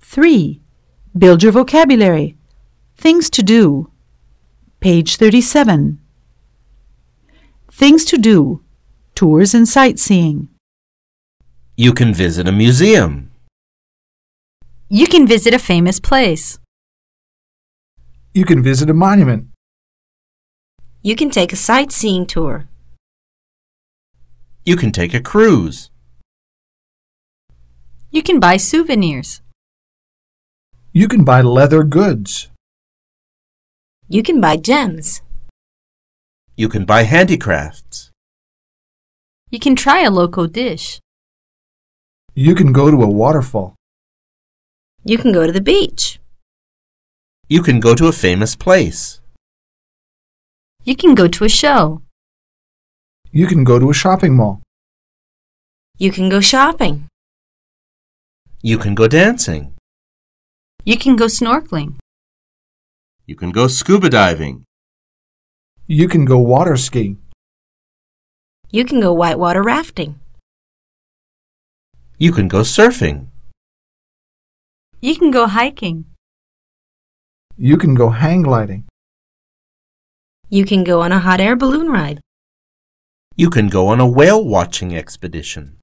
3. Build your vocabulary. Things to do. Page 37. Things to do. Tours and sightseeing. You can visit a museum. You can visit a famous place. You can visit a monument. You can take a sightseeing tour. You can take a cruise. You can buy souvenirs. You can buy leather goods. You can buy gems. You can buy handicrafts. You can try a local dish. You can go to a waterfall. You can go to the beach. You can go to a famous place. You can go to a show. You can go to a shopping mall. You can go shopping. You can go dancing. You can go snorkeling. You can go scuba diving. You can go water skiing. You can go whitewater rafting. You can go surfing. You can go hiking. You can go hang gliding. You can go on a hot air balloon ride. You can go on a whale watching expedition.